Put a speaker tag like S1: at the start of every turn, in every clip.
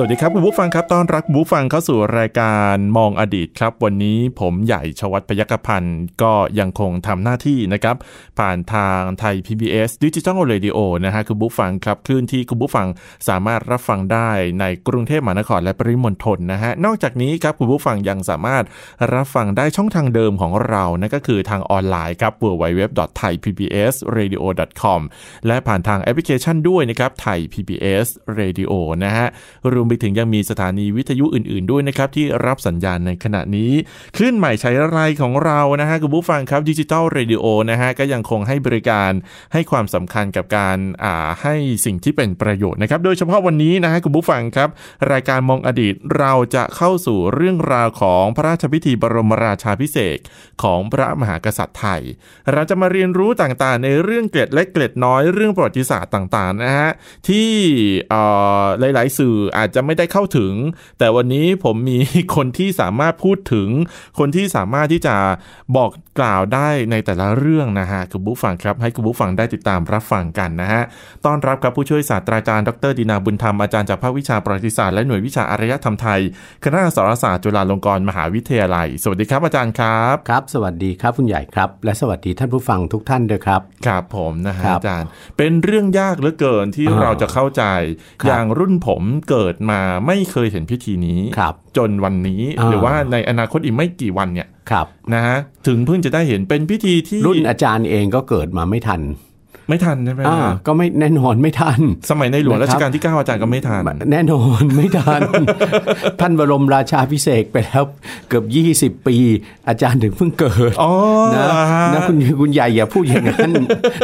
S1: สวัสดีครับคุณผู้ฟังครับต้อนรับคุณผู้ฟังเข้าสู่รายการมองอดีตครับ วันนี้ผมใหญ่ชวัฒน์พยัคฆพันธ์ก็ยังคงทำหน้าที่นะครับ ผ่านทางไทย PBS Digital Radio นะฮะคุณผู้ฟังครับคลื่นที่คุณผู้ฟังสามารถรับฟังได้ในกรุงเทพมหานครและปริมณฑลนะฮะนอกจากนี้ครับคุณผู้ฟังยังสามารถรับฟังได้ช่องทางเดิมของเรานั่นก็คือทางออนไลน์ครับ www.thaipbsradio.com และผ่านทางแอปพลิเคชันด้วยนะครับไทย PBS Radio นะฮะ รวมไปถึงยังมีสถานีวิทยุอื่นๆด้วยนะครับ ที่รับสัญญาณในขณะนี้ คลื่นใหม่ใช้ไรายของเรานะฮะคุณผู้ฟังครับดิจิตอลเรดิโอนะฮะก็ยังคงให้บริการให้ความสำคัญกับการอ่าให้สิ่งที่เป็นประโยชน์นะครับโดยเฉพาะวันนี้นะฮะคุณผู้ฟังครับ รายการมองอดีตเราจะเข้าสู่เรื่องราวของพระราชพิธีบรมราชาพิเศษกของพระมหากษัตริย์ไทย เราจะมาเรียนรู้ต่างๆ ในเรื่องเกล็ดและเกล็ดน้อยเรื่องประวัติศาสตร์ต่างๆนะฮะที่เอ่อหลาย ๆ สื่ออาจจะไม่ได้เข้าถึง แต่วันนี้ผมมี คนที่สามารถพูดถึง คนที่สามารถที่จะบอกกล่าวได้ในแต่ละเรื่องนะฮะคุณผู้ฟังครับให้คุณผู้ฟังได้ติดตามรับฟังกันนะฮะต้อนรับครับผู้ช่วยศาสตราจารย์ดรดินาบุญธรรมอาจารย์จากภาควิชาประวัติศาสตร์และหน่วยวิชาอารยธรรมไทยคณะอักษรศาสตร์จุฬาลงกรณ์มหาวิทยาลัย สวัสดีครับอาจารย์ครับ
S2: ครับ สวัสดีครับคุณใหญ่ครับ และสวัสดีท่านผู้ฟังทุกท่านด้วยครับ
S1: ครับผมนะฮะ
S2: ครับ
S1: อาจารย์ เป็นเรื่องยากเหลือเกินที่
S2: อ่า
S1: เราจะเข้าใจ
S2: ครับ
S1: อย่างรุ่นผมเกิดมาไม่เคยเห็นพิธีนี้
S2: ครับ
S1: จนวันนี้
S2: อ่า
S1: หรือว่าในอนาคตอีกไม่กี่วันเนี่ย
S2: ครับ
S1: นะฮะถึงเพิ่งจะได้เห็นเป็นพิธีที่
S2: รุ่นอาจารย์เองก็เกิดมาไม่ทัน
S1: ไม่ทันใช่ไหม
S2: อ่า
S1: ฮะ
S2: ก็ไม่แน่นอนไม่ทัน
S1: สมัยในหลวง
S2: นะครับ
S1: รัชกาลที่ 9 อาจารย์ก็ไม่ทัน
S2: แน่นอนไม่ทั น ท่านบรมราชาพิเศษกไปแล้วเกือบ 20 ปี อาจารย์ถึงเพิ่งเกิด
S1: อ๋อ
S2: นะ
S1: เหรอฮะ
S2: นะคุณคุณใหญ่อย่าพูดอย่าง นั้น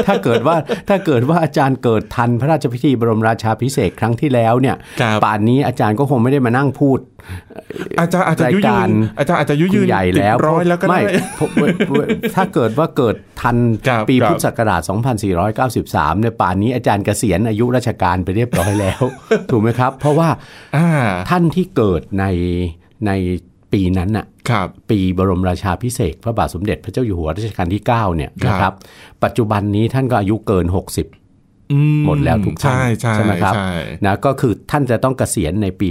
S2: ถ้าเกิดว่าถ้าเกิดว่าอาจารย์เกิดทันพระราชพิธีบรมราชาพิเศษกครั้งที่แล้วเนี่ย
S1: ครับ
S2: ป่านนี้อาจารย์ก็คงไม่ได้มานั่งพูด
S1: อาจารย์อาจจะ
S2: ราย
S1: ยุยื
S2: การ
S1: นอาจารย์อาจจะยุยืน
S2: คุณใหญ่
S1: ติด
S2: แล้ว
S1: ร้อยแล้วก็ได้
S2: ไม่ผม ถ้าเกิดว่าเกิดทัน
S1: ครับ
S2: ปี
S1: ครับ
S2: พุทธศักราช 2493 ในยป่านนี้อาจารย์เกษียณอายุราชการไปเรียบร้อย แล้ว ถูกไหมครับ เพราะว่า
S1: อ่า
S2: ท่านที่เกิดในในปีนั้นน่ะ
S1: ครับ
S2: ปีบรมราชาพิเศษกพระบาทสมเด็จพระเจ้าอยู่หัวรัชกาลที่ 9 เนี่ยนะค
S1: ครั
S2: รับ บ ปัจจุบันนี้ท่านก็อายุเกิน 60
S1: อื
S2: หมดแล้วทุกท่าน
S1: ใช่ใช่
S2: ใช่ไหมครับ
S1: ใช่
S2: นะก็คือท่านจะต้องเกษียณในปี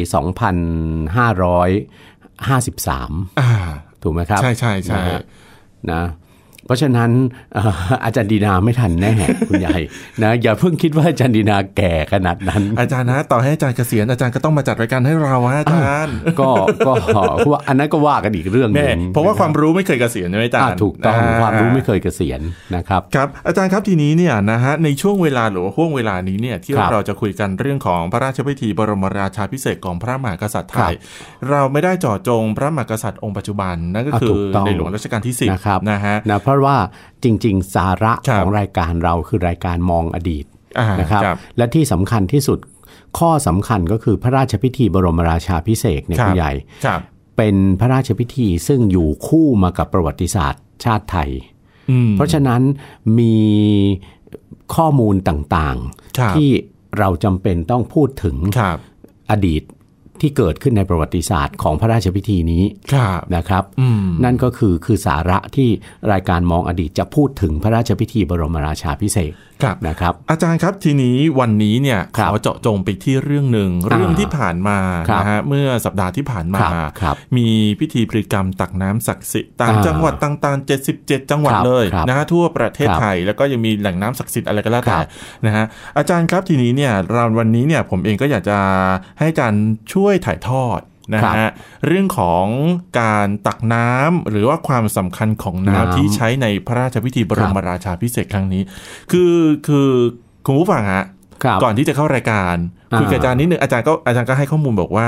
S2: 2553
S1: อ่า
S2: ถูกไหมครับ
S1: ใช่ใช่ใช่
S2: นะฮะ นะเพราะฉะนั้นเอ่ออาจารย์ดีนาไม่ทันแน่ คุณใหญ่นะอย่าเพิ่งคิดว่าอาจารย์ดีนาแก่ขนาดนั้น
S1: อาจารย์นะต่อให้อาจารย์เกษียณอาจารย์ก็ต้องมาจัดรายการให้เราฮะอาจารย์
S2: ก็ก็ว่าอันนั้นก็ว่ากันอีกเรื่อง ห
S1: แน่
S2: นึ่ง
S1: เพราะว่าความรู้ไม่เคยเกษียณใช่ไหมอาจาร
S2: อ่ะ
S1: ย์
S2: ถูกต้อง
S1: อ่
S2: ความรู้ไม่เคยเกษียณนะครับ
S1: ครับ อาจารย์ครับทีนี้เนี่ยนะฮะในช่วงเวลาหรือว่าห่วงเวลานี้เนี่ยที่
S2: ครับ
S1: เราจะคุยกันเรื่องของพระราชพิธีบรมราชาพิเศษกของพระมหากษัตริย์ไทย เราไม่ได้เจาะจงพระมหากษัตริย์องค์ปัจจุบันนั่นก็
S2: อ่ะ
S1: คื
S2: ถู
S1: อก
S2: ต้อง
S1: ในหลวงรัชกาลที่สิบ
S2: นะครับ
S1: นะฮะ
S2: นะเพราะว่าจริง ๆ สาระ
S1: ครับ
S2: ของรายการเราคือรายการมองอดีต
S1: อ่า
S2: นะครับ และที่สำคัญที่สุดข้อสำคัญก็คือพระราชพิธีบรมราชาพิเศษกเนี่ยคุณใหญ่
S1: ครับ
S2: เป็นพระราชพิธีซึ่งอยู่คู่มากับประวัติศาสตร์ ชาติไทย
S1: อืม
S2: เพราะฉะนั้นมีข้อมูลต่าง
S1: ครับ
S2: ๆ ที่เราจำเป็นต้องพูดถึง
S1: ครับ
S2: อดีตที่เกิดขึ้นในประวัติศาสตร์ของพระราชพิธีนี้
S1: ครับ
S2: นะครับ
S1: อืม
S2: นั่นก็คือคือสาระที่รายการมองอดีตจะพูดถึงพระราชพิธีบรมราชาพิเศษก
S1: ครับ
S2: นะครับ
S1: อาจารย์ครับทีนี้วันนี้เนี่ยข
S2: ครับ
S1: อเจาะจงไปที่เรื่องหนึ่ง
S2: อ่า
S1: เรื่องที่ผ่านมา
S2: ครับ
S1: นะฮะเมื่อสัปดาห์ที่ผ่านมา
S2: ครับครับ
S1: มีพิธีพฤกรรมตักน้ำศักดิ์สิทธิ์ตาม
S2: อ่า
S1: จังหวัดต่างๆ 77 จังหวัด
S2: ครับ
S1: เลย
S2: ครับ
S1: นะฮะทั่วประเทศ
S2: ครับ
S1: ไทยแล้วก็ยังมีแหล่งน้ำศักดิ์สิทธิ์อะไรก็แล้วแต่
S2: ครับ
S1: นะฮะอาจารย์ครับทีนี้เนี่ยเราวันนี้เนี่ยผมเองก็อยากจะให้อาจารย์ช่วยถ่ายทอดนะ
S2: ครั
S1: ฮะ
S2: บ
S1: เรื่องของการตักน้ำหรือว่าความสำคัญของน้ำ
S2: น้ำ
S1: ที่ใช้ในพระราชพิธีบรมราชาพิเศษกครั้งนี้ คือคือคุณผู้ฟังฮะ
S2: ครับ
S1: ก่อนที่จะเข้ารายการ
S2: อ่า
S1: คุยกับอาจารย์นิดนึงอาจารย์ก็อาจารย์ก็ให้ข้อมูลบอกว่า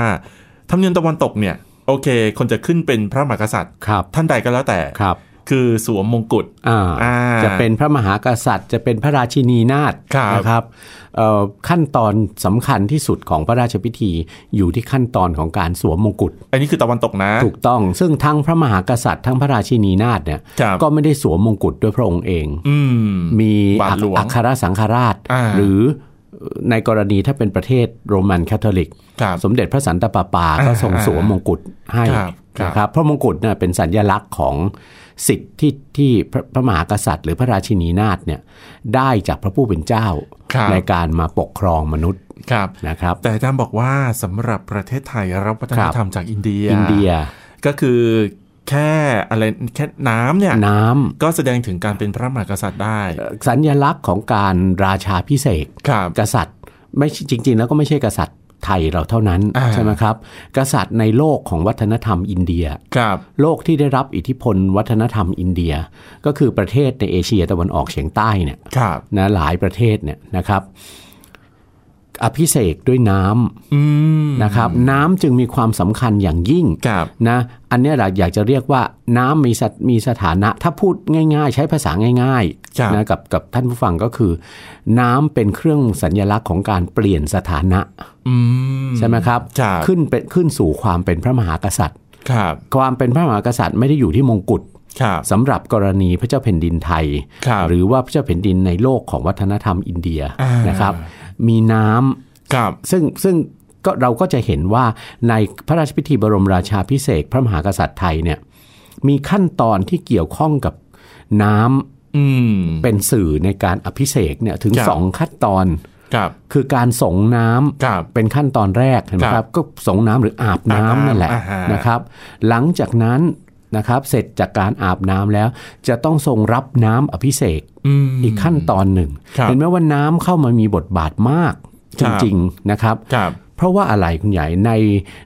S1: ธรรมเนียมตะวันตกเนี่ย โอเค คนจะขึ้นเป็นพระมหากษัตริย์
S2: ครับ
S1: ท่านใดก็แล้วแต่
S2: ครับ
S1: คือสวมมงกุฎ
S2: อ่า
S1: อ่า
S2: จะเป็นพระมหากษัตริย์ จะเป็นพระราชินีนาถ
S1: ครับ
S2: นะครับเอ่อขั้นตอนสำคัญที่สุดของพระราชพิธีอยู่ที่ขั้นตอนของการสวมมงกุฎ
S1: อันนี้คือตะวันตกนะ
S2: ถูกต้อง ซึ่งทั้งพระมหากษัตริย์ทั้งพระราชินีนาถเนี่ย
S1: ครับ
S2: ก็ไม่ได้สวมมงกุฎด้วยพระองค์เอง
S1: อืม
S2: มี
S1: บาทหลวง
S2: อัครสังฆราช
S1: อ่า
S2: หรือในกรณีถ้าเป็นประเทศโรมันคาทอลิก
S1: ครับ
S2: สมเด็จพระสันตะปาปาก็ทรงสวมมงกุฎให้
S1: ครับครับ
S2: นะครับเพราะมงกุฎเนี่ยเป็นสัญลักษณ์ของสิทธิ์ที่ที่พระพระมหากษัตริย์ หรือพระราชินีนาถเนี่ยได้จากพระผู้เป็นเจ้า
S1: ครับ
S2: ในการมาปกครองมนุษย์
S1: ครับ
S2: นะครับ
S1: แต่อาจารย์บอกว่าสำหรับประเทศไทยรับวัฒนธรรมจากอินเดีย
S2: อินเดีย
S1: ก็คือแค่อะไรแค่น้ำเนี่ย
S2: น้
S1: ก็แสดงถึงการเป็นพระมหากษัตริย์ได้
S2: ำสัญลักษณ์ของการราชาพิเศษก
S1: ครับ
S2: กษัตริย์ไม่ใช่จริง ๆ แล้วก็ไม่ใช่กษัตริย์ไทยเราเท่านั้น
S1: อ่า
S2: ใช่ไหมครับ กษัตริย์ในโลกของวัฒนธรรมอินเดีย
S1: ครับ
S2: โลกที่ได้รับอิทธิพลวัฒนธรรมอินเดีย ก็คือประเทศในเอเชียตะวันออกเฉียงใต้เนี่ย
S1: ครับ
S2: นะหลายประเทศเนี่ยนะครับ อภิเษกด้วยน้
S1: อืม
S2: ำนะครับ น้ำจึงมีความสำคัญอย่างยิ่ง
S1: ครับ
S2: นะอันเนี้ยเราอยากจะเรียกว่าน้ำมีสถมีสถานะ ถ้าพูดง่าย ๆ ใช้ภาษาง่าย
S1: ครับ
S2: ๆนะกับกับท่านผู้ฟังก็คือ น้ำเป็นเครื่องสัญลักษณ์ของการเปลี่ยนสถานะ
S1: อืม
S2: ใช่ไหมครับ
S1: ครับ
S2: ขึ้นเป็นขึ้นสู่ความเป็นพระมหากษัตริย์
S1: ครับ
S2: ความเป็นพระมหากษัตริย์ไม่ได้อยู่ที่มงกุฎ
S1: ครับ
S2: สำหรับกรณีพระเจ้าแผ่นดินไทย
S1: ครับ
S2: หรือว่าพระเจ้าแผ่นดินในโลกของวัฒนธรรมอินเดีย
S1: อ่าน
S2: นะครับ มีน้ำ
S1: ครับ
S2: ซึ่งซึ่งก็เราก็จะเห็นว่าในพระราชพิธีบรมราชาพิเศษกพระมหากษัตริย์ไทยเนี่ยมีขั้นตอนที่เกี่ยวข้องกับน้ำ
S1: อืม
S2: เป็นสื่อในการอภิเษกเนี่ยถึง
S1: ครับ
S2: สองขั้นตอน
S1: ครับ
S2: คือการส่งน้ำ
S1: ครับ
S2: เป็นขั้นตอนแรกเห็นไหม
S1: ครั
S2: ครั
S1: บบ
S2: ก็สงน้ำหรืออาบน้ำ
S1: อาบน้ำ
S2: นั่นแหละ
S1: อ่าฮะ
S2: นะครับ หลังจากนั้นนะครับเสร็จจากการอาบน้ำแล้ว จะต้องทรงรับน้ำอภิเษก
S1: อืม
S2: อีกขั้นตอนหนึ่ง
S1: ครับ
S2: เห็นไหมว่าน้ำเข้ามามีบทบาทมาก
S1: ค
S2: จ
S1: รับ
S2: ริงๆนะครับ
S1: ครับ
S2: เพราะว่าอะไรคุณใหญ่ใน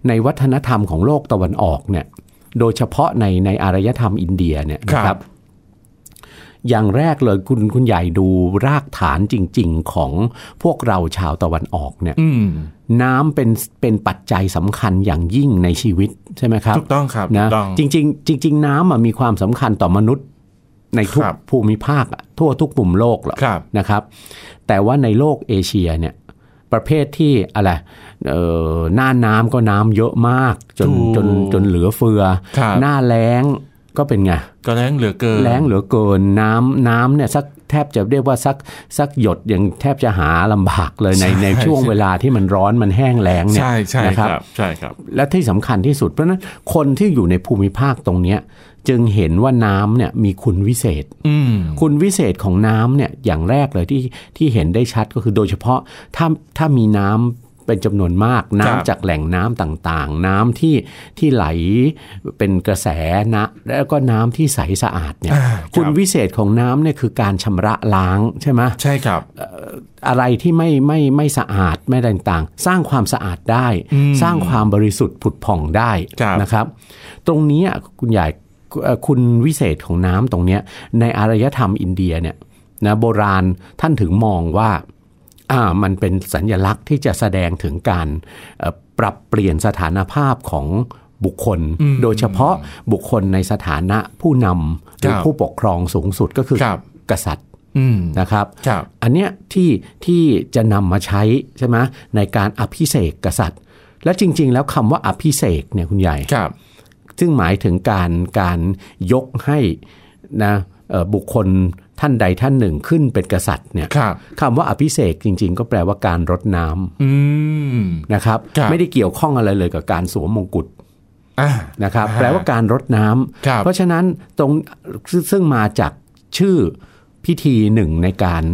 S2: ในวัฒนธรรมของโลกตะวันออกเนี่ยโดยเฉพาะในในอารยธรรมอินเดียเนี่ยนะ
S1: ค
S2: ค
S1: รั
S2: รับ บ อย่างแรกเลยคุณคุณใหญ่ดูรากฐานจริง ๆ ของพวกเราชาวตะวันออกเนี่ย
S1: อืม
S2: น้ำเป็นเป็นปัจจัยสำคัญอย่างยิ่งในชีวิตใช่ไหมครับ
S1: ถูกต้องครับ
S2: นะ
S1: ถูกต้อง
S2: จริงๆ จริง ๆ น้ำอ่ะมีความสำคัญต่อมนุษย์ในทุก
S1: ครับ
S2: ภูมิภาคอ่ะทั่วทุกมุมโลกหรอก
S1: ครับ
S2: นะครับ แต่ว่าในโลกเอเชียเนี่ยประเภทที่อะไรเอ่อหน้าน้ำก็น้ำเยอะมากจน
S1: ถูก
S2: จนจนเหลือเฟือ
S1: ครับ
S2: หน้าแล้งก็เป็นไง
S1: ก็แรงเหลือเกิน
S2: แล้งเหลือเกินน้ำน้ำเนี่ยสักแทบจะเรียกว่าสักสักหยดยังแทบจะหาลำบากเลยใน
S1: ใช่
S2: ในช่วงเวลาที่มันร้อนมันแห้งแล้งเนี่ย
S1: ใช่ใช่
S2: นะ
S1: ค
S2: ค
S1: รั
S2: รับ บ
S1: ใช่ครับ
S2: และที่สำคัญที่สุดเพราะฉะนั้นคนที่อยู่ในภูมิภาคตรงเนี้ยจึงเห็นว่าน้ำเนี่ยมีคุณวิเศษ
S1: อืม
S2: คุณวิเศษของน้ำเนี่ยอย่างแรกเลยที่ที่เห็นได้ชัดก็คือโดยเฉพาะถ้าถ้ามีน้ำเป็นจำนวนมาก
S1: ครับ
S2: น้ำจากแหล่งน้ำต่างๆ น้ำที่ที่ไหลเป็นกระแสนะแล้วก็น้ำที่ใสสะอาดเนี่ย
S1: อ่าครับ
S2: คุณวิเศษของน้ำเนี่ยคือการชำระล้างใช่ไหม
S1: ใช่ครับ
S2: อะไรที่ไม่ไม่ไม่สะอาดไม่อะไรต่างๆ สร้างความสะอาดได้ สร้างความบริสุทธิ์ผุดผ่องได้
S1: ครับ
S2: นะครับ ตรงเนี้ยคุณใหญ่เอ่อคุณวิเศษของน้ำตรงเนี้ยในอารยธรรมอินเดียเนี่ยนะโบราณท่านถึงมองว่าอ่ามันเป็นสัญญลักษณ์ที่จะแสดงถึงการเอ่อปรับเปลี่ยนสถานภาพของบุคคล โดยเฉพาะบุคคลในสถานะผู้นำหรื
S1: ค
S2: อ
S1: รับ
S2: ผู้ปกครองสูงสุดก็คือ
S1: ครับ
S2: กษัตริย์
S1: อืม
S2: นะครับ
S1: ครับ
S2: อันเนี้ยที่ที่จะนำมาใช้ใช่ไหมในการอภิเษกกษัตริย์ และจริง ๆ แล้วคำว่าอภิเษกเนี่ยคุณใหญ่
S1: ครับ
S2: ซึ่งหมายถึงการการยกให้นะเอ่อบุคคลท่านใดท่านหนึ่งขึ้นเป็นกษัตริย์เนี่ย
S1: ครับ
S2: คำว่าอภิเษกจริง ๆ ก็แปลว่าการรดน้
S1: อืม
S2: ำนะครับ
S1: ครับ
S2: ไม่ได้เกี่ยวข้องอะไรเลยกับการสวมมงกุฎ
S1: อ่า
S2: นะครับ
S1: อ่า
S2: แปลว่าการรดน้
S1: ครับ
S2: ำเพราะฉะนั้นตรงซึ่งซึ่งมาจากชื่อพิธีหนึ่งในการ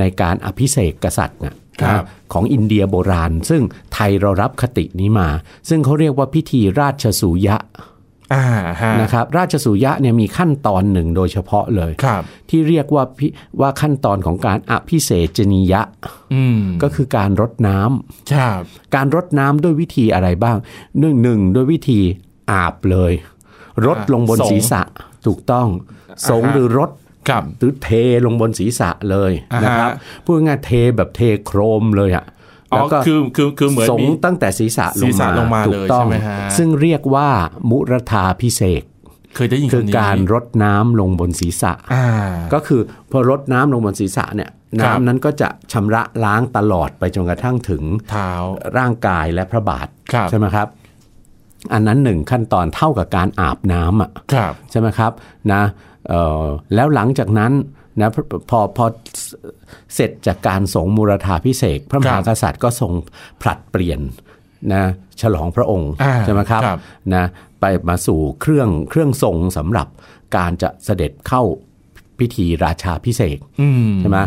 S2: ในการอภิเษกกษัตริย์นะนะของอินเดียโบราณ ซึ่งไทยเรารับคตินี้มา ซึ่งเขาเรียกว่าพิธีราชสุยะ
S1: อ่าฮะ
S2: นะครับราชสุริยะเนี่ยมีขั้นตอนหนึ่งโดยเฉพาะเลย
S1: ครับ
S2: ที่เรียกว่าพิว่าขั้นตอนของการอภิเษจนิยะ
S1: อืม
S2: ก็คือการรดน้ำ
S1: ครับ
S2: การรดน้ำด้วยวิธีอะไรบ้างหนึ่งหนึ่งด้วยวิธีอาบเลยรดลงบน
S1: สง
S2: ศีรษะถูกต้องสง
S1: อ่าฮะ
S2: หรือรด
S1: ครับ
S2: หรือเทลงบนศีรษะเลย
S1: อ่าฮะ
S2: นะครับพูดง่ายๆเทแบบเทโครมเลยอ่ะ
S1: อ๋อ
S2: แล้วก็
S1: คือคือคือเหมือน
S2: สง
S1: มี
S2: ตั้งแต่ศีรษะล
S1: ศี
S2: ง
S1: รษะ
S2: มา
S1: ลงมาเลย
S2: ถูกต้อง
S1: ใช่ไหมฮะ
S2: ซึ่งเรียกว่ามุรธาพิเศษก
S1: เคยได้ยิน
S2: คือ
S1: คำนี้
S2: การรดน้ำลงบนศีรษะ
S1: อ่า
S2: ก็คือพอรดน้ำลงบนศีรษะเนี่ย
S1: ครับ
S2: น้ำนั้นก็จะชำระล้างตลอดไปจนกระทั่งถึง
S1: เท้า
S2: ร่างกายและพระบาท
S1: ครับ
S2: ใช่ไหมครับ อันนั้นหนึ่งขั้นตอนเท่ากับการอาบน้ำอ่ะ
S1: ครับ
S2: ใช่ไหมครับนะเอ่อแล้วหลังจากนั้นนะพอพอพอเสร็จจากการสงมูรธาพิเศษกพระม
S1: ครับ
S2: หากษัตริย์ก็ทรงผลัดเปลี่ยนนะฉลองพระองค์
S1: อ่า
S2: ใช่ไหมครับ
S1: ครับ
S2: นะไปมาสู่เครื่องเครื่องทรงสำหรับการจะเสด็จเข้าพิธีราชาพิเศษก
S1: อืม
S2: ใช่ไหม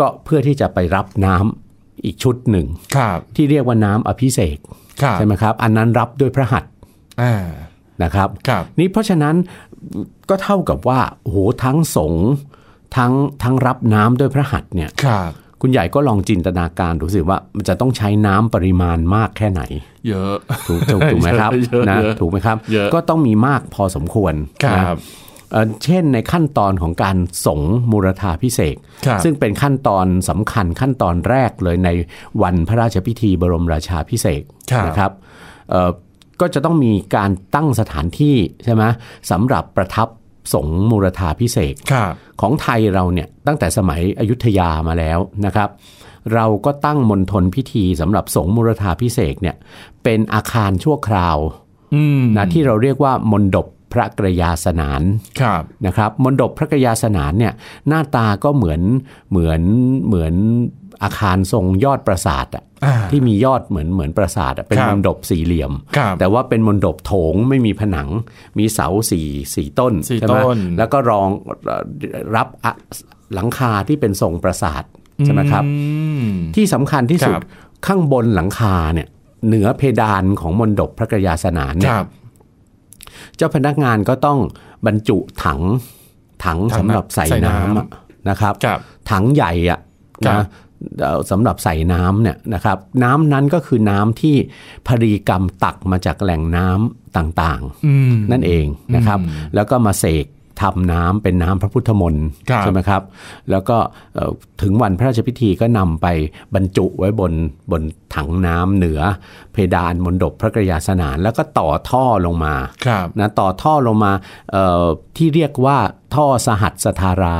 S2: ก็เพื่อที่จะไปรับน้ำอีกชุดหนึ่ง
S1: ครับ
S2: ที่เรียกว่าน้ำอภิเษก
S1: ครับ
S2: ใช่ไหมครับ อันนั้นรับด้วยพระหัตถ์
S1: อ่า
S2: นะครับ
S1: ครับ
S2: นี่เพราะฉะนั้นก็เท่ากับว่าโอ้โหทั้งสงฆ์ทั้งทั้งรับน้ำด้วยพระหัตถ์เนี่ย
S1: ครับ
S2: คุณใหญ่ก็ลองจินตนาการดูสิว่ามันจะต้องใช้น้ำปริมาณมากแค่ไหน
S1: เยอะ
S2: ถูกถูกถูกไหมครับ
S1: เยอะ
S2: นะ
S1: เยอะ
S2: ถูกไหมครับ
S1: เยอะ
S2: ก็ต้องมีมากพอสมควร
S1: ค
S2: นะ
S1: รับ
S2: เอ่อเช่นในขั้นตอนของการสงฆ์มูรธาพิเศษก
S1: ครับ
S2: ซึ่งเป็นขั้นตอนสำคัญขั้นตอนแรกเลยในวันพระราชพิธีบรมราชาพิเศษก
S1: ครับ
S2: นะครับเอ่อก็จะต้องมีการตั้งสถานที่ใช่ไหมสำหรับประทับสงฆ์มูรธาพิเศษก
S1: ครับ
S2: ของไทยเราเนี่ยตั้งแต่สมัยอยุธยามาแล้วนะครับ เราก็ตั้งมณฑลพิธีสำหรับสงฆ์มูรธาพิเศษกเนี่ยเป็นอาคารชั่วคราว
S1: อืม
S2: นะที่เราเรียกว่ามณฑปพระกรยาสนาน
S1: ครับ
S2: นะครับมณฑปพระกยาสนานเนี่ยหน้าตาก็เหมือนเหมือนเหมือนอาคารทรงยอดปราสาทอะ
S1: อ่า
S2: ที่มียอดเหมือนเหมือนปราสาทอะเป็น
S1: ครับ
S2: มณฑปสี่เหลี่ยม
S1: ครับ
S2: แต่ว่าเป็นมณฑปโถงไม่มีผนังมีเสาสี่สี่ต้น
S1: สี่
S2: ใช่ไหม
S1: ต้น
S2: แล้วก็รองรับอะหลังคาที่เป็นทรงปราสาทใช่ไหมครับ
S1: อืม
S2: ที่สำคัญที่สุด
S1: ครับ
S2: ข้างบนหลังคาเนี่ยเหนือเพดานของมณฑปพระกยาสนาน
S1: ค
S2: เนี่ย
S1: รับ
S2: เจ้าพนักงานก็ต้องบรรจุถังถัง
S1: ถัง
S2: สำหรับใส่
S1: ใส่น้ำ
S2: น้ำอะนะครับ
S1: ครับ
S2: ถังใหญ่อะ
S1: ครั
S2: นะ
S1: บ
S2: เอ่อสำหรับใส่น้ำเนี่ยนะครับ น้ำนั้นก็คือน้ำที่พรีกรรมตักมาจากแหล่งน้ำต่าง
S1: อืม
S2: ๆ นั่นเองนะครับ
S1: อืม
S2: แล้วก็มาเสกทำน้ำเป็นน้ำพระพุทธมนต์
S1: ครับ
S2: ใช่ไหมครับ แล้วก็เอ่อถึงวันพระราชพิธีก็นำไปบรรจุไว้บนบนถังน้ำเหนือ เพดานมณฑปพระกรยาสนาน แล้วก็ต่อท่อลงมา
S1: ครับ
S2: นะต่อท่อลงมาเอ่อที่เรียกว่าท่อสหัสสธารา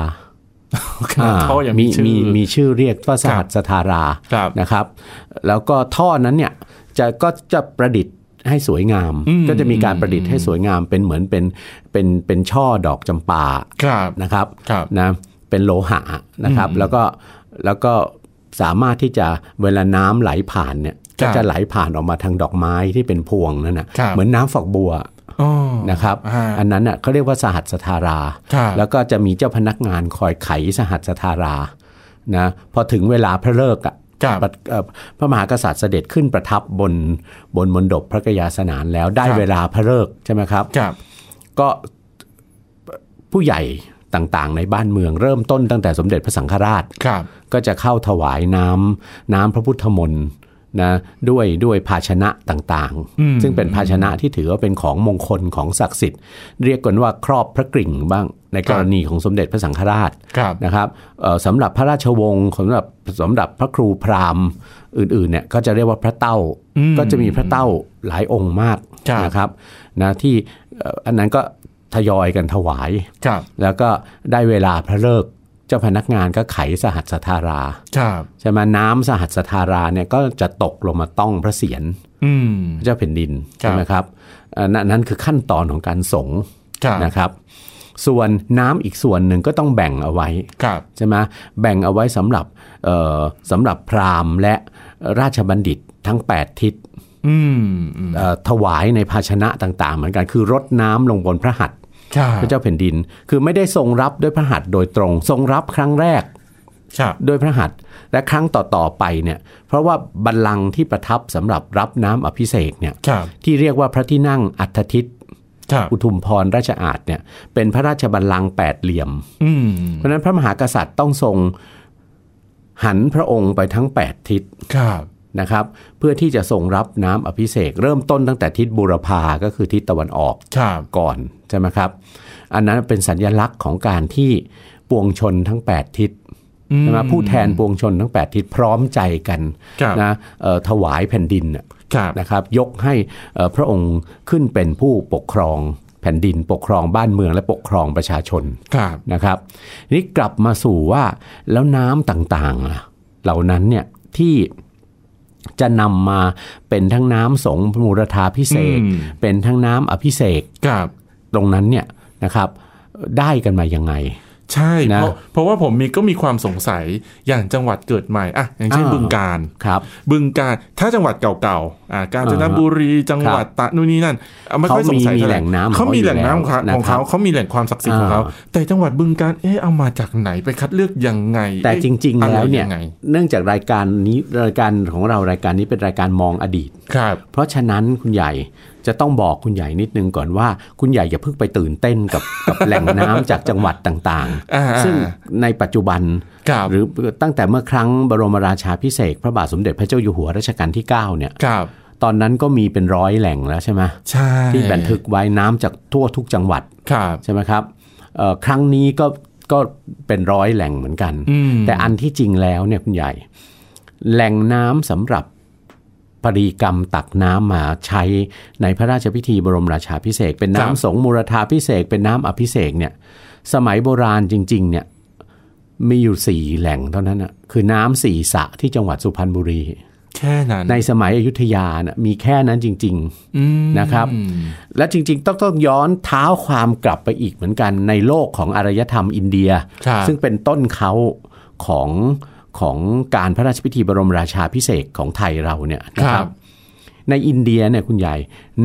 S1: ครับ
S2: อ่า
S1: ท่ออย่าง
S2: มี
S1: มีชื่อ
S2: มีมีชื่อเรียกว่าสหัสสธารา
S1: ครับ
S2: นะครับ แล้วก็ท่อนั้นเนี่ยจะก็จะประดิษฐ์ให้สวยงาม
S1: อืม
S2: ก็จะมีการประดิษฐ์ให้สวยงามเป็นเหมือนเป็นเป็นเป็นช่อดอกจำปา
S1: ครับ
S2: นะครับ
S1: ครับ
S2: นะเป็นโลหะนะครับ แล้วก็แล้วก็สามารถที่จะเวลาน้ำไหลผ่านเนี่ย
S1: ครั
S2: ก็
S1: บ
S2: จะไหลผ่านออกมาทางดอกไม้ที่เป็นพวงนั่นนะครับ เหมือนน้ำฝักบัว
S1: อ๋อ
S2: นะครับ
S1: อ่า
S2: อันนั้นน่ะเขาเรียกว่าสหัสธารา
S1: ครับ
S2: แล้วก็จะมีเจ้าพนักงานคอยไขสหัสธารา นะ พอถึงเวลาพระเลิกษ์อ่ะ
S1: ครับ
S2: ประเอ่อพระมหากษัตริย์เสด็จขึ้นประทับบนบนมณฑปพระกยาสนานแล้วได้
S1: ครับ
S2: เวลาพระเลิกษ์ใช่ไหมครับ
S1: ครับ
S2: ก็ผู้ใหญ่ต่างๆ ในบ้านเมืองเริ่มต้นตั้งแต่สมเด็จพระสังฆราช
S1: ครับ
S2: ก็จะเข้าถวายน้ำน้ำพระพุทธมนต์นะด้วยด้วยภาชนะต่าง
S1: อืม
S2: ซึ่งเป็นภาชนะที่ถือว่าเป็นของมงคลของศักดิ์สิทธิ์ เรียกกันว่าครอบพระกริ่งบ้าง ในกรณีของสมเด็จพระสังฆราช
S1: ครับ
S2: นะครับเอ่อสำหรับพระราชวงศ์สำหรับสำหรับพระครูพราหมณ์อื่นๆเนี่ยก็จะเรียกว่าพระเต้า
S1: อืม
S2: ก็จะมีพระเต้าหลายองค์มาก
S1: ครับ
S2: นะครับนะที่เอ่ออันนั้นก็ทยอยกันถวาย
S1: ครับ
S2: แล้วก็ได้เวลาพระเลิกษ์เจ้าพนักงานก็ไขสหัสธารา
S1: ครับ
S2: ใช่ไหมน้ำสหัสธาราเนี่ยก็จะตกลงมาต้องพระเศียร
S1: อืม
S2: พระเจ้าแผ่นดิน
S1: ครับ
S2: ใช่ไหมครับเอ่อนั่นนั่นคือขั้นตอนของการสงฆ์
S1: ครับ
S2: นะครับ ส่วนน้ำอีกส่วนหนึ่งก็ต้องแบ่งเอาไว้
S1: ครับ
S2: ใช่ไหมแบ่งเอาไว้สำหรับเอ่อสำหรับพราหมณ์และราชบัณฑิตทั้ง 8 ทิศ
S1: อืมอืม
S2: เอ่อถวายในภาชนะต่างๆ เหมือนกันคือรดน้ำลงบนพระหัตถ์
S1: ครับ
S2: พระเจ้าแผ่นดินคือไม่ได้ทรงรับด้วยพระหัตถ์โดยตรง ทรงรับครั้งแรก
S1: ครับ
S2: ด้วยพระหัตถ์และครั้งต่อๆไปเนี่ยเพราะว่าบัลลังก์ที่ประทับสำหรับรับน้ำอภิเษกเนี่ย
S1: ครับ
S2: ที่เรียกว่าพระที่นั่งอัฏฐทิต
S1: ครับ
S2: อุทุมพรราชอาณเนี่ยเป็นพระราชบัลลังก์แปดเหลี่ยม
S1: อืม
S2: เพราะฉะนั้นพระมหากษัตริย์ต้องทรงหันพระองค์ไปทั้ง 8 ทิศ
S1: ครับ
S2: นะครับเพื่อที่จะทรงรับน้ำอภิเษกเริ่มต้นตั้งแต่ทิศบุรพาก็คือทิศตะวันออก
S1: ครับ
S2: ก่อนใช่ไหมครับ อันนั้นเป็นสัญลักษณ์ของการที่ปวงชนทั้ง 8 ทิศ
S1: อืม
S2: ใช่ไหมผู้แทนปวงชนทั้ง 8 ทิศพร้อมใจกัน
S1: ครับ
S2: นะเอ่อถวายแผ่นดินน่ะ
S1: ครับ
S2: นะครับ ยกให้เอ่อพระองค์ขึ้นเป็นผู้ปกครอง แผ่นดินปกครองบ้านเมืองและปกครองประชาชน
S1: ครับ
S2: นะครับนี่กลับมาสู่ว่าแล้วน้ำต่างๆล่ะเหล่านั้นเนี่ยที่จะนำมาเป็นทั้งน้ำสงฆ์มูรธาพิเศษก
S1: อืม
S2: เป็นทั้งน้ำอภิเษก
S1: ครับ
S2: ตรงนั้นเนี่ยนะครับได้กันมายังไง
S1: ใช่
S2: นะ
S1: เพราะเพราะว่าผมมีก็มีความสงสัยอย่างจังหวัดเกิดใหม่อ่ะอย่างเช่น
S2: อ่า
S1: บึงการ
S2: ครับ
S1: บึงการถ้าจังหวัดเก่าๆอ่ากาญจนบุรีจังหวัดตะนู่นนี่นั่นอ่ะไม่ค่อยสงสัย
S2: เขามี
S1: เท่าไหร่
S2: แหล่งน้ำของ
S1: เขามีแหล่งน้ำ
S2: เขาอยู่แล้ว
S1: ของเขา
S2: นะครับ
S1: เขามีแหล่งความศักดิ์สิทธิ์ของ
S2: อ่า
S1: เขาแต่จังหวัดบึงการเอ๊ะเอามาจากไหนไปคัดเลือกยังไง
S2: แต่
S1: เอ๊ะ
S2: จริง
S1: อะ
S2: ๆ
S1: ไ
S2: แล้วเนี่ย
S1: งไง
S2: เนื่องจากรายการนี้รายการของเรารายการนี้เป็นรายการมองอดีต
S1: ครับ
S2: เพราะฉะนั้นคุณใหญ่จะต้องบอกคุณใหญ่นิดนึงก่อนว่า คุณใหญ่อย่าเพิ่งไปตื่นเต้นกับ กับแหล่งน้ำจากจังหวัดต่าง
S1: อ่า
S2: ๆ ซึ่งในปัจจุบัน
S1: ครับ
S2: หรือตั้งแต่เมื่อครั้งบรมราชาพิเศษกพระบาทสมเด็จพระเจ้าอยู่หัวรัชกาลที่ 9 เนี่ย
S1: ครับ
S2: ตอนนั้นก็มีเป็นร้อยแหล่งแล้วใช่ไหม
S1: ใช่
S2: ที่บันทึกไว้น้ำจากทั่วทุกจังหวัด
S1: ครับ
S2: ใช่ไหมครับเอ่อครั้งนี้ก็ก็เป็นร้อยแหล่งเหมือนกัน
S1: อืม
S2: แต่อันที่จริงแล้วเนี่ยคุณใหญ่ แหล่งน้ำสำหรับปรีกรรมตักน้ำมาใช้ในพระราชพิธีบรมราชาพิเศษกเป็นน้ำสงฆ์มูรธาพิเศษกเป็นน้ำอภิเษกเนี่ยสมัยโบราณจริง ๆ เนี่ยมีอยู่สี่แหล่งเท่านั้นนะคือน้ำสี่สระที่จังหวัดสุพรรณบุรี
S1: แค่นั้น
S2: ในสมัยอยุธยานะมีแค่นั้นจริง ๆ
S1: อืม
S2: นะครับ และจริงๆ ต้องต้องย้อนเท้าความกลับไปอีกเหมือนกันในโลกของอารยธรรมอินเดีย
S1: ครับ
S2: ซึ่งเป็นต้นเขาของของการพระราชพิธีบรมราชาพิเศษกของไทยเราเนี่ย
S1: ค
S2: นะ
S1: รั
S2: ครับ บในอินเดียเนี่ยคุณใหญ่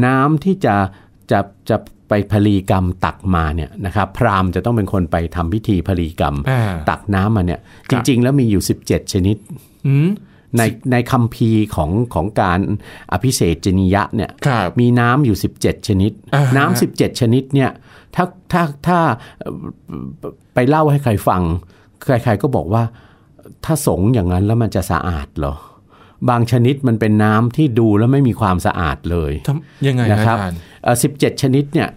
S2: น้ำที่จะจะจะไปพลีกรรมตักมาเนี่ยนะครับพราหมณ์จะต้องเป็นคนไปทำพิธีพลีกรรม
S1: อ่า
S2: ตักน้ำมาเนี่ยจริง ๆ แล้วมีอยู่ 17 ชนิด
S1: อืม
S2: ในในคัมภีร์ของของการอภิเษกจนิยะเนี่ย
S1: ครับ
S2: มีน้ำอยู่ 17 ชนิด
S1: อ่าฮะ
S2: น้ำ17 ชนิดเนี่ยถ้าถ้าถ้าเอ่อไปเล่าให้ใครฟัง ใครๆก็บอกว่า ถ้าสงอย่างนั้นแล้วมันจะสะอาดเหรอ บางชนิดมันเป็นน้ำที่ดูแล้วไม่มีความสะอาดเลย
S1: ทำยังไงนะ
S2: นะ
S1: อา
S2: ครับ
S1: จารย์
S2: เอ่อ17 ชนิดเนี่ย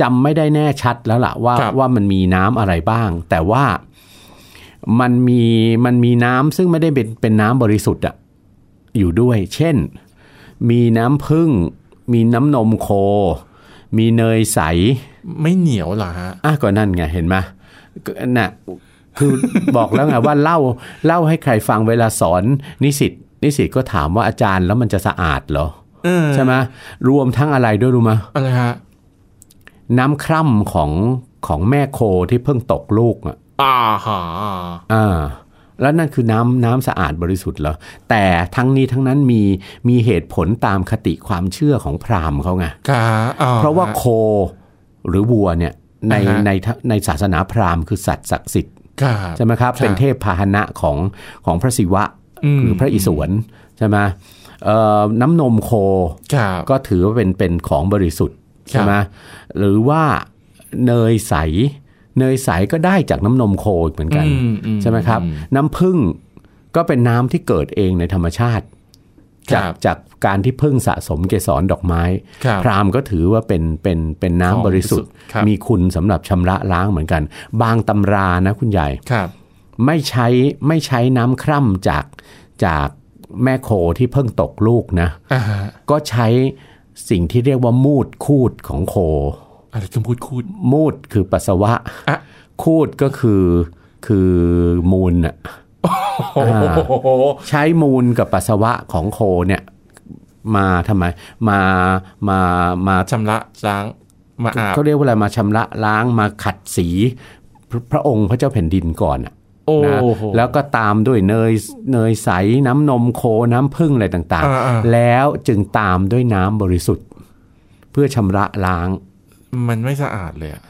S2: จำไม่ได้แน่ชัดแล้วล่ะว่า
S1: ครับ
S2: ว่ามันมีน้ำอะไรบ้าง แต่ว่ามันมีมันมีน้ำซึ่งไม่ได้เป็นเป็นน้ำบริสุทธิ์อะอยู่ด้วย เช่น มีน้ำผึ้งมีน้ำนมโค มีเนยใส
S1: ไม่เหนียวเหรอฮะ
S2: อ่ะก็นั่นไงเห็นไหมก็น่ะคือ บอกแล้วไงว่าเล่าเล่าให้ใครฟังเวลาสอนนิสิตนิสิตก็ถามว่าอาจารย์แล้วมันจะสะอาดเหรอ
S1: เออ
S2: ใช่ไหมรวมทั้งอะไรด้วยรู้ไหมย
S1: อะไรฮะ
S2: น้ำคร่ำของของแม่โคที่เพิ่งตกลูกอะ
S1: อ่าฮะ
S2: อ่า แล้วนั่นคือน้ำน้ำสะอาดบริสุทธิ์เหรอ แต่ทั้งนี้ทั้งนั้นมีมีเหตุผลตามคติความเชื่อของพราหมณ์เขาไง
S1: ครับอ่
S2: เพราะว่าโคหรือวัวเนี่ยใน
S1: อ่าฮะ
S2: ในในศาสนาพราหมณ์คือสัตว์ศักดิ์สิทธิ์
S1: ครับ
S2: ใช่ไหมครับ
S1: ใช่
S2: เป็นเทพพาหนะของของพระศิวะ
S1: ม
S2: หรือพระอิศวรใช่ไหมเอ่อน้ำนมโค
S1: ครับ
S2: ก็ถือว่าเป็นเป็นของบริสุทธิ์ใช่ไหมหรือว่าเนยใส เนยใสก็ได้จากน้ำนมโคอีกเหมือนกัน
S1: อืมอื
S2: ใช่ไหมครับ
S1: อื
S2: น้ำผึ้งก็เป็นน้ำที่เกิดเองในธรรมชาติ จา
S1: ค
S2: ก
S1: รับ
S2: จากการที่พึ่งสะสมเกสรดอกไม้
S1: ครับ
S2: พราหมณ์ก็ถือว่าเป็นเป็นเป็น
S1: ของ
S2: น้ำบริสุทธิ์
S1: ครับ
S2: มีคุณสำหรับชำระล้างเหมือนกัน บางตำรานะคุณใหญ่
S1: ครับ
S2: ไม่ใช้ไม่ใช้น้ำคร่ำจากจากแม่โคที่เพิ่งตกลูกนะ
S1: อ่าฮะ
S2: ก็ใช้สิ่งที่เรียกว่ามูดคูดของโค
S1: อะไรคือพูดคูด
S2: มูดคือปัสสาวะ
S1: อ่ะ
S2: คูดก็คือคือมูลน่ะ
S1: โอ้โห
S2: ใช้มูลกับปัสสาวะของโคเนี่ยมาทำไมมามามา
S1: ชำระล้างมาอาบ
S2: เขาเรียกว่าอะไรมาชำระล้างมาขัดสีพระพระองค์พระเจ้าแผ่นดินก่อนน่ะ
S1: โอ้
S2: นะ
S1: โห
S2: แล้วก็ตามด้วยเนยเนยใสน้ำนมโคน้ำผึ้งอะไรต่าง
S1: อ่า
S2: ๆ
S1: ๆ
S2: แล้วจึงตามด้วยน้ำบริสุทธิ์ เพื่อชำระล้าง
S1: มันไม่สะอาดเลยอะ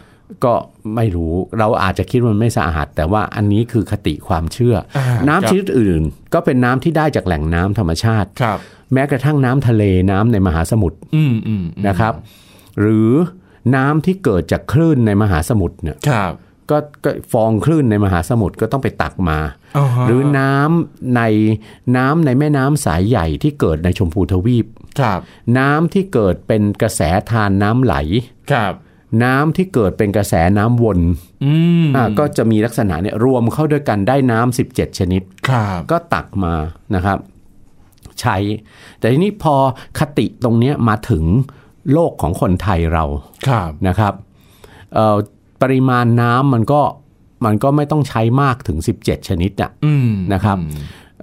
S2: ก็ไม่รู้เราอาจจะคิดว่ามันไม่สะอาด แต่ว่าอันนี้คือคติความเชื่ออ
S1: อ่า
S2: น้ำช
S1: ครับ
S2: นิดอื่นก็เป็นน้ำที่ได้จากแหล่งน้ำธรรมชาติ
S1: ครับ
S2: แม้กระทั่งน้ำทะเลน้ำในมหาสมุทร
S1: อืมอืมอืม
S2: นะครับ หรือน้ำที่เกิดจากคลื่นในมหาสมุทรเนี่ย
S1: ครับ
S2: ก็ก็ฟองคลื่นในมหาสมุทรก็ต้องไปตักมา
S1: าฮะ
S2: หรือน้ำในน้ำในแม่น้ำสายใหญ่ที่เกิดในชมพูทวีป
S1: ครับ
S2: น้ำที่เกิดเป็นกระแสทานน้ำไหล
S1: ครับ
S2: น้ำที่เกิดเป็นกระแสน้ำวน
S1: อืม
S2: อ่าก็จะมีลักษณะเนี่ยรวมเข้าด้วยกันได้น้ำ17 ชนิด
S1: ครับ
S2: ก็ตักมานะครับ ใช้ แต่ทีนี้พอคติตรงเนี้ยมาถึง โลกของคนไทยเรา
S1: ครับ
S2: นะครับเอ่อปริมาณน้ำมันก็มันก็ไม่ต้องใช้มากถึง 17 ชนิดน่ะ
S1: อืม
S2: นะครับ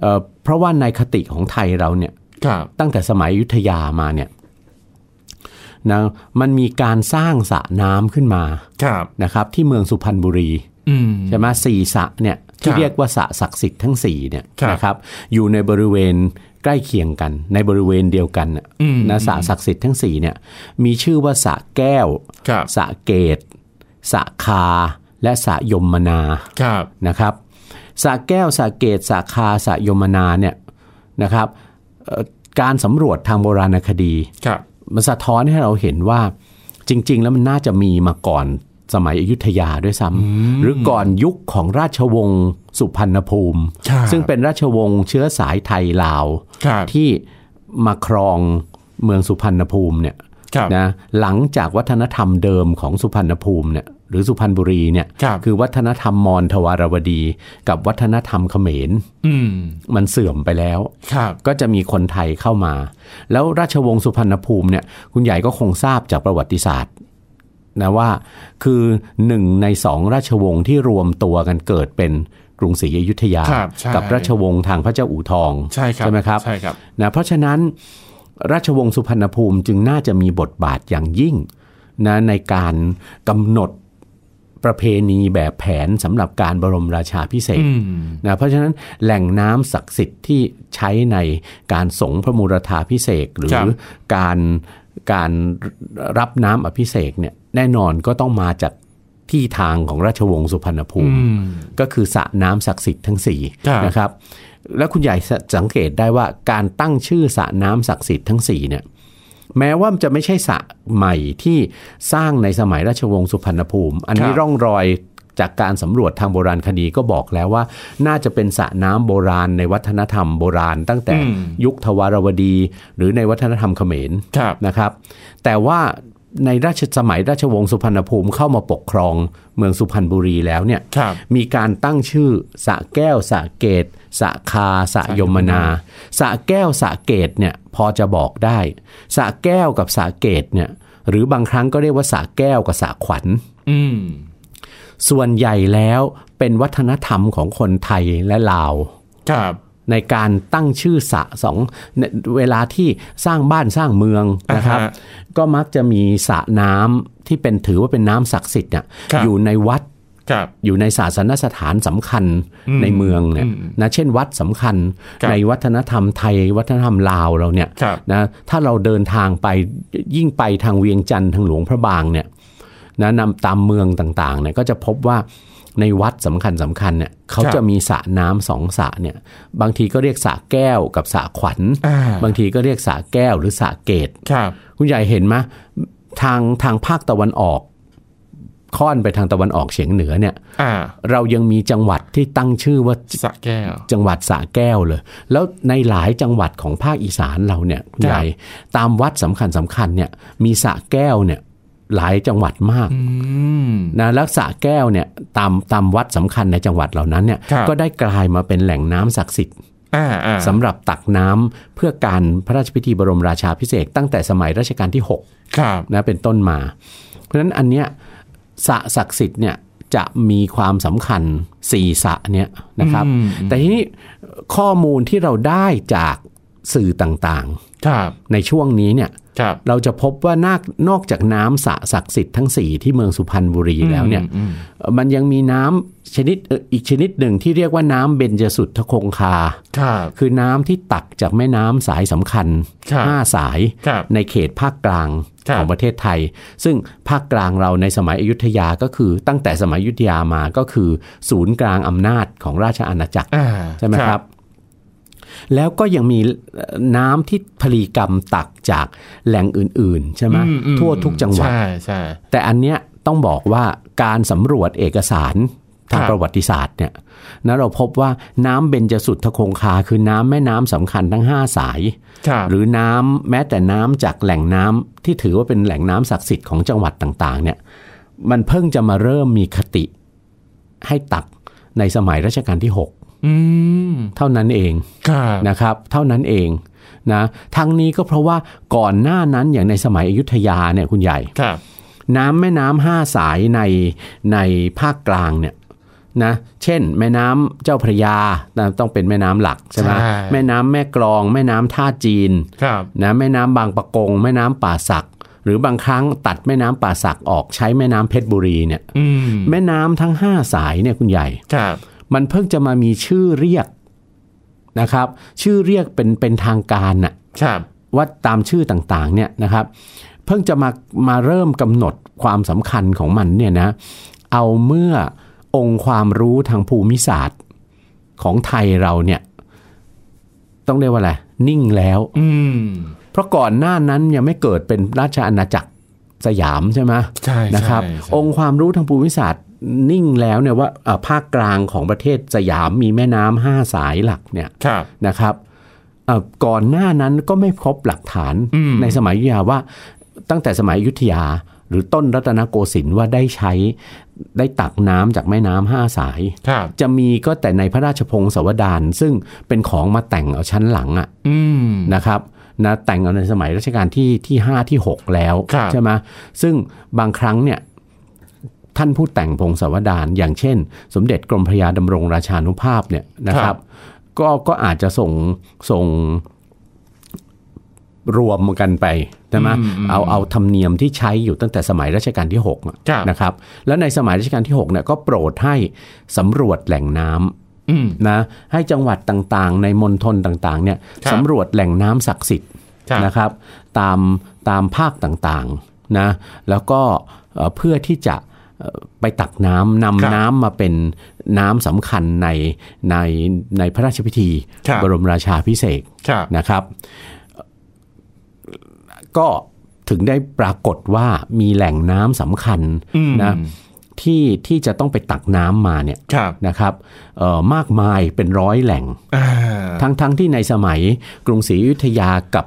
S2: เอ่อเพราะว่าในคติของไทยเราเนี่ย
S1: ครับ
S2: ตั้งแต่สมัยอยุธยามาเนี่ยนะมันมีการสร้างสระน้ำขึ้นมา
S1: ครับ
S2: นะครับที่เมืองสุพรรณบุรี
S1: อืม
S2: ใช่ไหมสี่สระเนี่ย
S1: ค
S2: ที่
S1: รับ
S2: เรียกว่าสระศักดิ์สิทธิ์ทั้งสี่เนี่ย
S1: ครับ
S2: นะครับอยู่ในบริเวณใกล้เคียงกัน ในบริเวณเดียวกันน่ะ
S1: อืม
S2: นะสระศักดิ์สิทธิ์ทั้งสี่เนี่ยมีชื่อว่าสระแก้ว
S1: ครับ
S2: สระเกตสระคา และสระยมนา
S1: ครับ
S2: นะครับสระแก้วสระเกตสระคาสระยมนาเนี่ยนะครับเอ่อการสำรวจทางโบราณคดี
S1: ครับ
S2: มันสะท้อนให้เราเห็นว่าจริง ๆ แล้วมันน่าจะมีมาก่อนสมัยอยุธยาด้วยซ้ำหรือก่อนยุคของราชวงศ์สุพรรณภูมิ
S1: ครับ
S2: ซึ่งเป็นราชวงศ์เชื้อสายไทยลาว
S1: ครับ
S2: ที่มาครองเมืองสุพรรณภูมิเนี่ย
S1: ครับ
S2: นะหลังจากวัฒนธรรมเดิมของสุพรรณภูมิเนี่ยหรือสุพรรณบุรีเนี่ย
S1: ครับ
S2: คือวัฒนธรรมมอญทวารวดี กับวัฒนธรรมเขมร
S1: อืม
S2: มันเสื่อมไปแล้ว
S1: ครับ
S2: ก็จะมีคนไทยเข้ามา แล้วราชวงศ์สุพรรณภูมิเนี่ยคุณใหญ่ก็คงทราบจากประวัติศาสตร์นะว่าคือหนึ่งในสองราชวงศ์ที่รวมตัวกันเกิดเป็นกรุงศรีอยุธยา
S1: ครับใช่
S2: กับราชวงศ์ทางพระเจ้าอู่ทอง
S1: ใช่ครับ
S2: ไหมครับ
S1: ใช่ครับ
S2: นะเพราะฉะนั้นราชวงศ์สุพรรณภูมิจึงน่าจะมีบทบาทอย่างยิ่งนะในการกำหนดประเพณีแบบแผนสำหรับการบรมราชาพิเศษก
S1: อืม
S2: นะเพราะฉะนั้นแหล่งน้ำศักดิ์สิทธิ์ที่ใช้ในการสงฆ์พระมูรธาพิเศษกหรือการการรับน้ำอภิเษกเนี่ยแน่นอนก็ต้องมาจากที่ทางของราชวงศ์สุพรรณภู
S1: อื
S2: มิ
S1: ม
S2: ก็คือสระน้ำศักดิ์สิทธิ์ทั้งสี่
S1: ครับ
S2: นะครับ แล้วคุณใหญ่สังเกตได้ว่าการตั้งชื่อสระน้ำศักดิ์สิทธิ์ทั้งสี่เนี่ยแม้ว่ามันจะไม่ใช่สระใหม่ที่สร้างในสมัยราชวงศ์สุพรรณภูมิ อันนี้ร่องรอยจากการสำรวจทางโบราณคดีก็บอกแล้วว่า น่าจะเป็นสระน้ำโบราณในวัฒนธรรมโบราณ ตั้งแต่ยุคทวารวดี หรือในวัฒนธรรมเขมร
S1: ครับ
S2: นะครับแต่ว่าในราชสมัยราชวงศ์สุพรรณภูมิเข้ามาปกครองเมืองสุพรรณบุรีแล้วเนี่ย
S1: ครับ
S2: มีการตั้งชื่อสระแก้วสระเกตสระคาสระยมนาสระแก้วสระเกตเนี่ยพอจะบอกได้สระแก้วกับสระเกตเนี่ยหรือบางครั้งก็เรียกว่าสระแก้วกับสระขวัญ
S1: อืม
S2: ส่วนใหญ่แล้วเป็นวัฒนธรรมของคนไทยและลาว
S1: ครับ
S2: ในการตั้งชื่อสระสองในเวลาที่สร้างบ้านสร้างเมืองนะครับ
S1: อ่าฮะ
S2: ก็มักจะมีสระน้ำที่เป็นถือว่าเป็นน้ำศักดิ์สิทธิ์เนี่ย
S1: ครับ
S2: อยู่ในวัด
S1: ครับ
S2: อยู่ในศาสนสถานสำคัญในเมืองเนี่ยนะเช่นวัดสำคัญ
S1: ครับ
S2: ในวัฒนธรรมไทย วัฒนธรรมลาวเราเนี่ย
S1: ครับ
S2: นะถ้าเราเดินทางไปยิ่งไปทางเวียงจันทร์ทางหลวงพระบางเนี่ยนะนำตามเมืองต่างๆเนี่ยก็จะพบว่าในวัดสำคัญสำคัญเนี่ยเขาจะมีสระน้ำสองสระเนี่ยบางทีก็เรียกสระแก้วกับสระขวัญ
S1: อ่า
S2: บางทีก็เรียกสระแก้วหรือสระเกต
S1: ครับ
S2: คุณใหญ่เห็นไหมทางทางภาคตะวันออก ค่อนไปทางตะวันออกเฉียงเหนือเนี่ย
S1: อ่า
S2: เรายังมีจังหวัดที่ตั้งชื่อว่า
S1: สระแก้ว
S2: จังหวัดสระแก้วเลย แล้วในหลายจังหวัดของภาคอีสานเราเนี่ยคุณใหญ่ตามวัดสำคัญสำคัญเนี่ยมีสระแก้วเนี่ยหลายจังหวัดมาก
S1: อืม
S2: นะแล้วสระแก้วเนี่ยตามตามวัดสำคัญในจังหวัดเหล่านั้นเนี่ย
S1: ครับ
S2: ก็ได้กลายมาเป็นแหล่งน้ำศักดิ์สิทธิ์
S1: อ่าอ่า
S2: สำหรับตักน้ำเพื่อการพระราชพิธีบรมราชาพิเศษกตั้งแต่สมัยรัชกาลที่6
S1: ครับ
S2: นะเป็นต้นมา เพราะฉะนั้นอันเนี้ยสระศักดิ์สิทธิ์เนี่ยจะมีความสำคัญสี่สระเนี่ยนะครับ
S1: อืม
S2: แต่ทีนี้ข้อมูลที่เราได้จากสื่อต่าง
S1: ครับ
S2: ๆ ในช่วงนี้เนี่ย
S1: ครับ
S2: เราจะพบว่านอกนอกจากน้ำสระศักดิ์สิทธิ์ทั้งสี่ที่เมืองสุพรรณบุรีแล้วเนี่ย
S1: อืม
S2: มันยังมีน้ำชนิดเอ่ออีกชนิดหนึ่งที่เรียกว่าน้ำเบญจสุทธคงคา
S1: ครับ
S2: คือน้ำที่ตักจากแม่น้ำสายสำคัญ
S1: ครับ
S2: 5 สาย
S1: ครับ
S2: ในเขตภาคกลาง
S1: ครับ
S2: ของประเทศไทย ซึ่งภาคกลางเราในสมัยอยุธยาก็คือตั้งแต่สมัยอยุธยามาก็คือศูนย์กลางอำนาจของราชอาณาจักร
S1: อ่า
S2: ใช่ไหมครับ แล้วก็ยังมีเอ่อน้ำที่พลีกรรมตักจากแหล่งอื่น ๆ ใช่ไหม
S1: อือื
S2: ทั่วทุกจังหวัด
S1: ใช่ใช่
S2: แต่อันเนี้ยต้องบอกว่าการสำรวจเอกสารทาง
S1: ครับ
S2: ประวัติศาสตร์เนี่ยนะเราพบว่าน้ำเบญจสุทธคงคา คือน้ำแม่น้ำสำคัญทั้ง 5 สาย
S1: ครับ
S2: หรือน้ำแม้แต่น้ำจากแหล่งน้ำที่ถือว่าเป็นแหล่งน้ำศักดิ์สิทธิ์ของจังหวัดต่างๆเนี่ยมันเพิ่งจะมาเริ่มมีคติให้ตักในสมัยรัชกาลที่ 6
S1: อืม
S2: เท่านั้นเอง
S1: ครับ
S2: นะครับ เท่านั้นเองนะทั้งนี้ก็เพราะว่าก่อนหน้านั้นอย่างในสมัยอยุธยาเนี่ยคุณใหญ่
S1: ครับ
S2: น้ำแม่น้ำห้าสายในในภาคกลางเนี่ยนะเช่น แม่น้ำเจ้าพระยานะต้องเป็นแม่น้ำหลักใช่ไหมแม่น้ำแม่กลอง แม่น้ำท่าจีน
S1: ครับ
S2: นะแม่น้ำบางปะกง แม่น้ำป่าสัก หรือบางครั้งตัดแม่น้ำป่าสักออกใช้แม่น้ำเพชรบุรีเนี่ย
S1: อืม
S2: แม่น้ำทั้งห้าสายเนี่ยคุณใหญ่
S1: ครับ
S2: มันเพิ่งจะมามีชื่อเรียกนะครับ ชื่อเรียกเป็นเป็นทางการน่ะ
S1: ครับ
S2: ว่าตามชื่อต่างๆเนี่ยนะครับ เพิ่งจะมามาเริ่มกำหนดความสำคัญของมันเนี่ยนะเอาเมื่อองค์ความรู้ทางภูมิศาสตร์ของไทยเราเนี่ยต้องเรียกว่าอะไรนิ่งแล้ว
S1: อืม
S2: เพราะก่อนหน้านั้นยังไม่เกิดเป็นราชอาณาจักรสยามใช่ไหม
S1: ใช่
S2: นะครับ
S1: ใช่ใช่
S2: องค์ความรู้ทางภูมิศาสตร์นิ่งแล้วเนี่ยว่าเอ่อภาคกลางของประเทศสยามมีแม่น้ำห้าสายหลักเนี่ย
S1: ครับ
S2: นะครับเอ่อก่อนหน้านั้นก็ไม่พบหลักฐาน
S1: อืม
S2: ในสมัยอยุธยาว่าตั้งแต่สมัยอยุธยา หรือต้นรัตนโกสินทร์ว่าได้ใช้ได้ตักน้ำจากแม่น้ำห้าสาย
S1: ครับ
S2: จะมีก็แต่ในพระราชพงศาวดารซึ่งเป็นของมาแต่งเอาชั้นหลังอะ
S1: อืม
S2: นะครับนะแต่งเอาในสมัยรัชกาลที่ที่ 5 ที่ 6 แล้ว
S1: ครับ
S2: ใช่ไหมซึ่งบางครั้งเนี่ยท่านผู้แต่งพงศาวดารอย่างเช่น สมเด็จกรมพระยาดำรงราชานุภาพเนี่ยนะครับก็ก็อาจจะส่งส่งรวมกันไปใช่ไหมเอาเอาธรรมเนียมที่ใช้อยู่ตั้งแต่สมัยรัชกาลที่6อะ
S1: ครับ
S2: นะครับแล้วในสมัยรัชกาลที่6เนี่ยก็โปรดให้สำรวจแหล่งน้ำ
S1: อืม
S2: นะให้จังหวัดต่างๆ ในมณฑลต่างๆเนี่ย
S1: ครับ
S2: สำรวจแหล่งน้ำศักดิ์สิทธิ์
S1: ครับ
S2: นะครับ ตามตามภาคต่างๆนะแล้วก็เอ่อเพื่อที่จะเอ่อไปตัก
S1: ค
S2: น้ำ
S1: รับ
S2: นำน้ำมาเป็นน้ำสำคัญในในในพระราชพิธี
S1: ครับ
S2: บรมราชาพิเศษก
S1: ครับ
S2: นะครับก็ถึงได้ปรากฏว่ามีแหล่งน้ำสำคัญ
S1: อืม
S2: นะที่ที่จะต้องไปตักน้ำมาเนี่ย
S1: ครับ
S2: นะครับเอ่อมากมายเป็นร้อยแหล่ง
S1: อ่า
S2: ทั้งทั้งที่ในสมัยกรุงศรีอยุธยากับ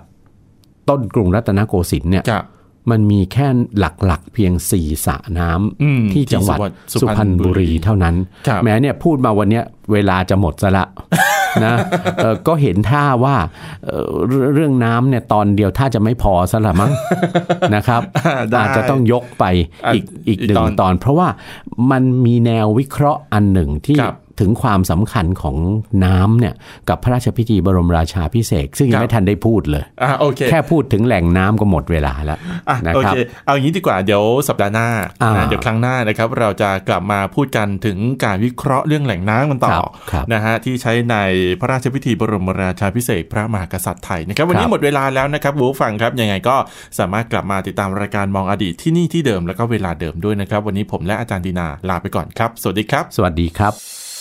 S2: ต้นกรุงรัตนโกสินทร์เนี่ย
S1: ครับ
S2: มันมีแค่หลักๆเพียงสี่สระน้
S1: อืม
S2: ำที่จังหวัด
S1: ที่สุ
S2: สุ
S1: พรรณ
S2: พรรณบุรี
S1: บุรี
S2: เท่านั้น
S1: ครับ
S2: แม้เนี่ยพูดมาวันเนี้ยเวลาจะหมดซะ ละ นะเอ่อก็เห็นท่าว่าเอ่อเรื่องเรื่องน้ำเนี่ยตอนเดียวถ้าจะไม่พอซะละ มั้ง นะครับ
S1: ได้
S2: อาจจะต้องยกไป
S1: อ่ะ
S2: อีกอีก
S1: อีก
S2: ห
S1: ต
S2: นึ่ง
S1: อน
S2: ตอน เพราะว่ามันมีแนววิเคราะห์อันหนึ่งที่
S1: ครับ
S2: ถึงความสำคัญของน้ำเนี่ยกับพระราชพิธีบรมราชาพิเศษกซึ่ง
S1: ครั
S2: ยั
S1: บ
S2: งไม่ทันได้พูดเลย
S1: อ่าโอเค
S2: แค่พูดถึงแหล่งน้ำก็หมดเวลาแล้ว
S1: อ่ะ
S2: นะ
S1: โอ
S2: ครับ
S1: เคเอาอย่างนี้ดีกว่าเดี๋ยวสัปดาห์หน้า
S2: อ่า
S1: นะเดี๋ยวครั้งหน้านะครับเราจะกลับมาพูดกันถึงการวิเคราะห์เรื่องแหล่งน้ำกันต่อ
S2: ครับครับ
S1: นะฮะที่ใช้ในพระราชพิธีบรมราชาพิเศษกพระมหากษัตริย์ไทยนะครับวันนี้
S2: ครับ
S1: หมดเวลาแล้วนะครับคุณผู้ฟังครับยังไงก็สามารถกลับมาติดตามรายการมองอดีตที่นี่ที่เดิมแล้วก็เวลาเดิมด้วยนะครับวันนี้ผมและอาจารย์ดีนาลาไปก่อนครับ สวัสดีครับ
S2: สวัสดีครับ